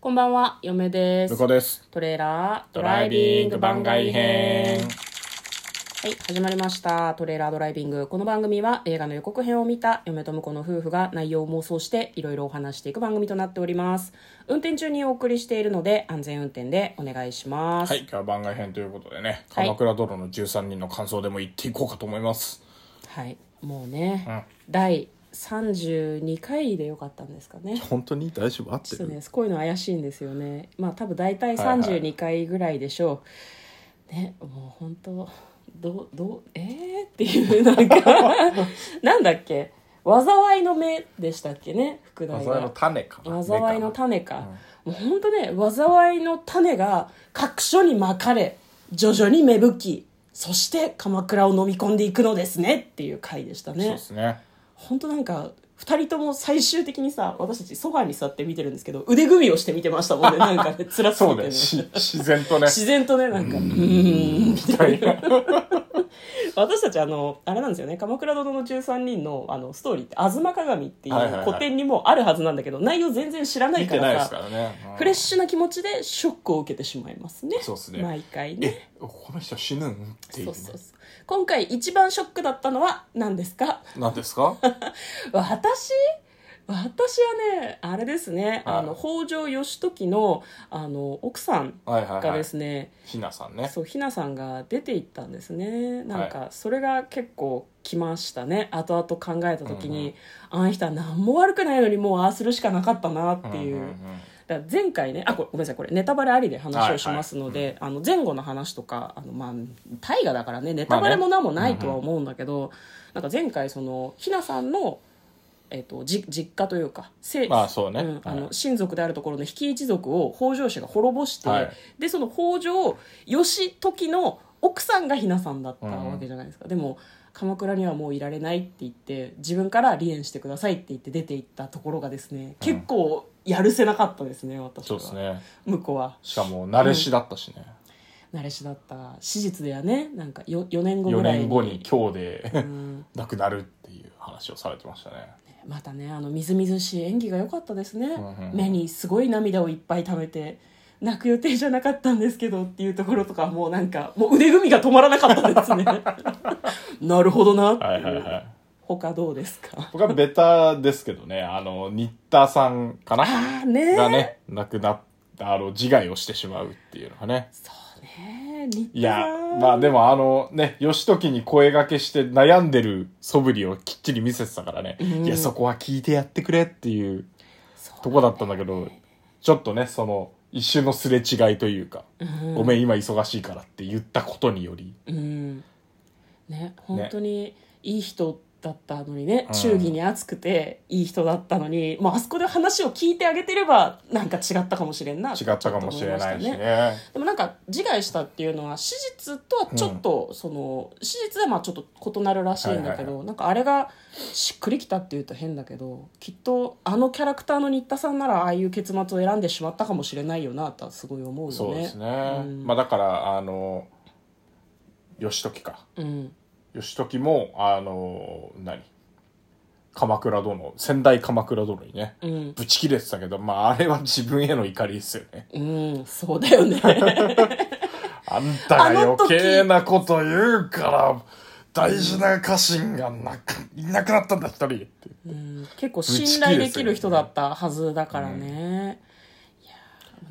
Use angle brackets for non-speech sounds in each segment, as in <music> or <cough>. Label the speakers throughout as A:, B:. A: こんばんは、嫁です
B: 向。こうです。
A: トレーラードライビング番外編。はい、始まりました。トレーラードライビング。この番組は映画の予告編を見た嫁と婿の夫婦が内容を妄想していろいろお話していく番組となっております。運転中にお送りしているので安全運転でお願いします。
B: はい、今日は番外編ということでね、
A: はい
B: 鎌倉殿の13人の感想でも言っていこうかと思います。
A: はい、もうね、
B: うん
A: 第32回でよかったんですかね。
B: 本当に大丈夫合っ
A: そうです。こういうの怪しいんですよね。まあ多分大体
B: はいはい
A: 32回ぐらいでしょう。ね、もう本当どうどうえー、っていうなん
B: <laughs>
A: かなんだっけ災いの目でしたっけね副題
B: 災いの
A: が。
B: 種かな。
A: 災いの
B: 目
A: 種か、もう本当ね災いの種が各所にまかれ徐々に芽吹きそして鎌倉を飲み込んでいくのですねっていう回でした
B: かな。そう
A: ね
B: ですね。
A: 本当なんか2人とも最終的にさ私たちソファに座って見てるんですけど腕組みをして見てましたも
B: <laughs>
A: んねなんかね辛すぎ
B: そ
A: て
B: う
A: ね
B: です。し自然とね。
A: 自然とねなんか「うーん」みたいな <laughs> 私たちあのあれなんですよね「鎌倉殿の13人の」あのストーリーって「吾妻鏡」ってい
B: はいはいは
A: う
B: い
A: 古典にもあるはずなんだけど、内容全然知らない
B: 見
A: か
B: てないで
A: ら
B: す
A: さ
B: からね。うん
A: フレッシュな気持ちでショックを受けてしまいますね
B: そうですね
A: 毎回ね
B: え、この人死ぬんってい
A: そ
B: うね
A: う。そうそう今回一番ショックだったのは何ですか
B: なんですか
A: 私私はねあれですね、
B: はい
A: あの北条義時のあの奥さん
B: はいはい
A: が
B: は
A: で
B: い。
A: すね、
B: ひなさんね。
A: そうひなさんが出ていったんですねなん
B: は
A: かそれが結構きましたね後々考えた時に、あの人は何も悪くないのにもうああするしかなかったなっていう,、
B: んんん
A: だから前回ねあこれごめんなさいこれネタバレありで話をしますので、
B: は
A: あの前後の話とかあの、まあ、大河だからねネタバレも何もないとは思うんだけど、なんか前回そのひなさんの、えっとじ実家というかせ
B: まあそうね
A: んあ
B: は
A: の
B: い
A: 親族であるところの比企一族を北条氏が滅ぼして、
B: はい
A: でその北条義時の奥さんがひなさんだったわけじゃないですか。でも鎌倉にはもういられないって言って自分から離縁してくださいって言って出て行ったところがですね結構やるせなかったですね、私は
B: そうですね。
A: 向こうは
B: しかも、慣れしだったしね。
A: 慣れしだった史実ではねなんか 4, 四年後
B: 4
A: ぐらい
B: 年後に今日で
A: うん
B: <laughs> 亡くなるっていう話をされてましたね。
A: またねあのみずみずしい演技が良かったですね、
B: んうん
A: 目にすごい涙をいっぱい溜めて泣く予定じゃなかったんですけどっていうところとかもうなんかもう腕組みが止まらなかったです
B: <laughs>
A: ねなるほどなっていう、
B: はいはいはい。
A: 他どうですか
B: 僕はベタですけどね、あの、新田さんかな
A: ああね
B: がね、亡くなった、あの、自害をしてしまうっていうのがね。
A: そうね新田
B: いや
A: さん、
B: まあでもあのね、義時に声掛けして悩んでる素振りをきっちり見せてたからね、
A: ん
B: いや、そこは聞いてやってくれっていう
A: そう
B: とこだったんだけど、ちょっとね、その、一瞬のすれ違いというか、
A: うん
B: ごめん、今忙しいからって言ったことにより、
A: うんね本当にいい人だったのにね
B: うん
A: 忠義に熱くていい人だったのに、もうあそこで話を聞いてあげてればなんか違ったかもしれんな
B: 違ったかもしれない
A: ちょっと思ま
B: し
A: た
B: ね。
A: でもなんか自害したっていうのは史実とはちょっと、その史実はまあちょっと異なるらしいんだけど、
B: はいはい
A: なんかあれがしっくりきたっていうと変だけどきっとあのキャラクターの新田さんならああいう結末を選んでしまったかもしれないよなとはすごい思うよね。
B: そうですね。
A: ん
B: まあだから、あの、義時か。
A: うん
B: 義時もあの何鎌倉殿先代鎌倉殿にね
A: うん
B: ぶち切れてたけどまああれは自分への怒りですよね
A: うん、そうだよね。
B: あんたが
A: あの時
B: 余計なこと言うから大事な家臣がなくいなくなったんだ一人って
A: うん結構信頼できる人だったはずだから
B: <laughs>
A: ね、いや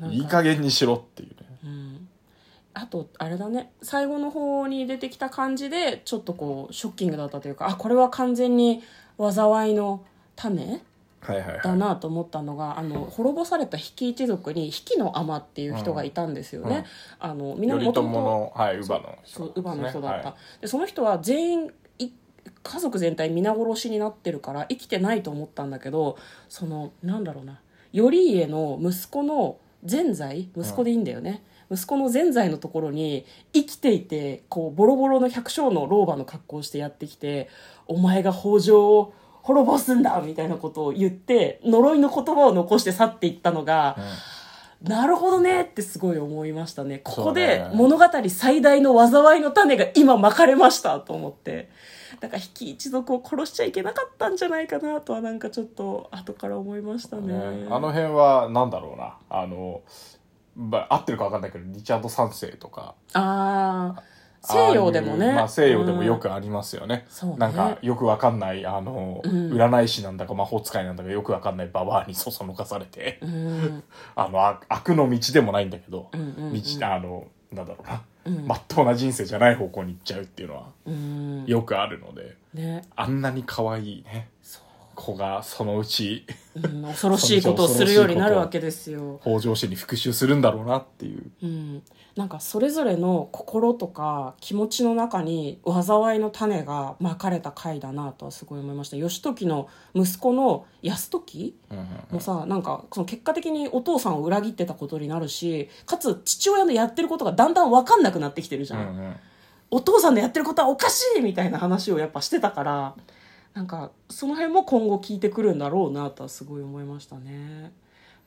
A: ーなんか
B: いい加減にしろっていうね
A: あとあれだね最後の方に出てきた感じでちょっとこうショッキングだったというかあこれは完全に災いの種
B: はいはい
A: だ
B: はい
A: なと思ったのがあの滅ぼされた比企一族に比企の尼っていう人がいたんですよね、あのみんな
B: 頼朝
A: 元々
B: のはい乳母の人
A: そう乳母の人だった、
B: はい
A: でその人は全員い家族全体皆殺しになってるから生きてないと思ったんだけどそのなんだろうな頼家の息子の善財息子でいいんだよね、息子の善財のところに生きていてこうボロボロの百姓の老婆の格好をしてやってきて「お前が北条を滅ぼすんだ!」みたいなことを言って呪いの言葉を残して去っていったのが、
B: うん
A: なるほどねってすごい思いましたね。ここ
B: そう
A: で
B: ね
A: 物語最大の災いの種が今まかれましたと思って。だから、比企一族を殺しちゃいけなかったんじゃないかなとはなんかちょっと後から思いましたね。
B: ねあの辺はなんだろうなあの、まあ、合ってるか分かんないけどリチャード三世とか
A: ああ西洋でも
B: ああい
A: ね
B: うまあ、西洋でもよ
A: うん
B: くありますよね,、
A: そうね
B: なんかよくわかんないあの、
A: うん
B: 占い師なんだか魔法使いなんだかよくわかんないババアにそそのかされて
A: うん
B: あのあ悪の道でもないんだけど、
A: うんうんうん
B: 道あのなんだろうな
A: うん
B: まっとうな人生じゃない方向に行っちゃうっていうのは
A: うん
B: よくあるので
A: ね
B: あんなに可愛いね
A: そ
B: 子がそのうち
A: う、うん、恐ろしいことをするようになるわけですよ、
B: 北条氏に復讐するんだろうなっていう
A: うん、なんかそれぞれの心とか気持ちの中に災いの種がまかれた回だなとはすごい思いました義時の息子の泰時
B: うんうんうん
A: もうさなんかその結果的にお父さんを裏切ってたことになるしかつ父親のやってることがだんだん分かんなくなってきてるじゃん、
B: うんうん
A: お父さんのやってることはおかしいみたいな話をやっぱしてたからなんかその辺も今後聞いてくるんだろうなとはすごい思いましたね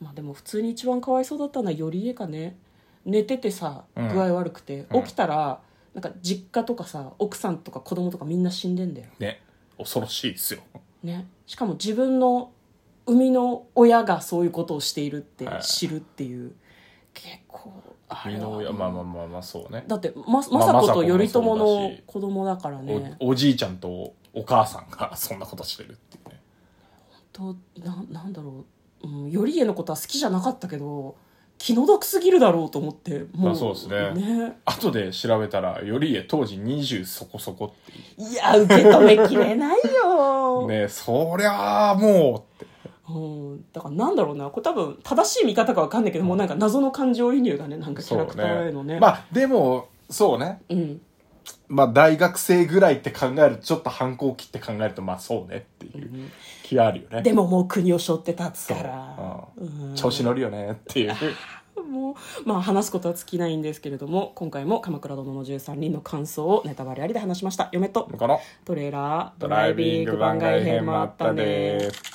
A: まあでも普通に一番かわいそうだったのは頼家かね寝ててさ具
B: うん
A: 合悪くて、
B: うん
A: 起きたらなんか実家とかさ奥さんとか子供とかみんな死んでんだよ
B: ね恐ろしいですよ
A: ね、しかも自分の生みの親がそういうことをしているって
B: はい
A: 知るっていう、結構あれ
B: 生
A: は
B: みの親まあまあまあまあそうね
A: だってま
B: まあ
A: 政子と
B: 政子
A: 頼朝
B: もそう
A: の
B: だし
A: 子供だから
B: お
A: ね、
B: おじいちゃんとお母さんが <laughs> そんなことしてるっていうね
A: とななんだろう、うん、頼家のことは好きじゃなかったけど気の毒すぎるだろうと思っても
B: まあそうですね
A: ね
B: 後で調べたら頼家当時20そこそこってい
A: いや受け止めきれないよ、 <laughs>
B: うねそりゃあもうって
A: うん、だからなんだろうなこれ多分正しい見方かわかんないけどもうなんか謎の感情移入だねなんかキャラクターへのね
B: まあでもそうね
A: うん
B: まあ大学生ぐらいって考えるとちょっと反抗期って考えるとまあそうねっていう気あるよね、
A: でももう国を背負って立つから
B: そう、
A: うん
B: 調子乗るよねっていう
A: もうまあ話すことは尽きないんですけれども今回も「鎌倉殿の13人」の感想をネタバレありで話しました嫁と
B: この
A: トレーラード
B: ドライビング番外編もあったね
A: ね
B: ー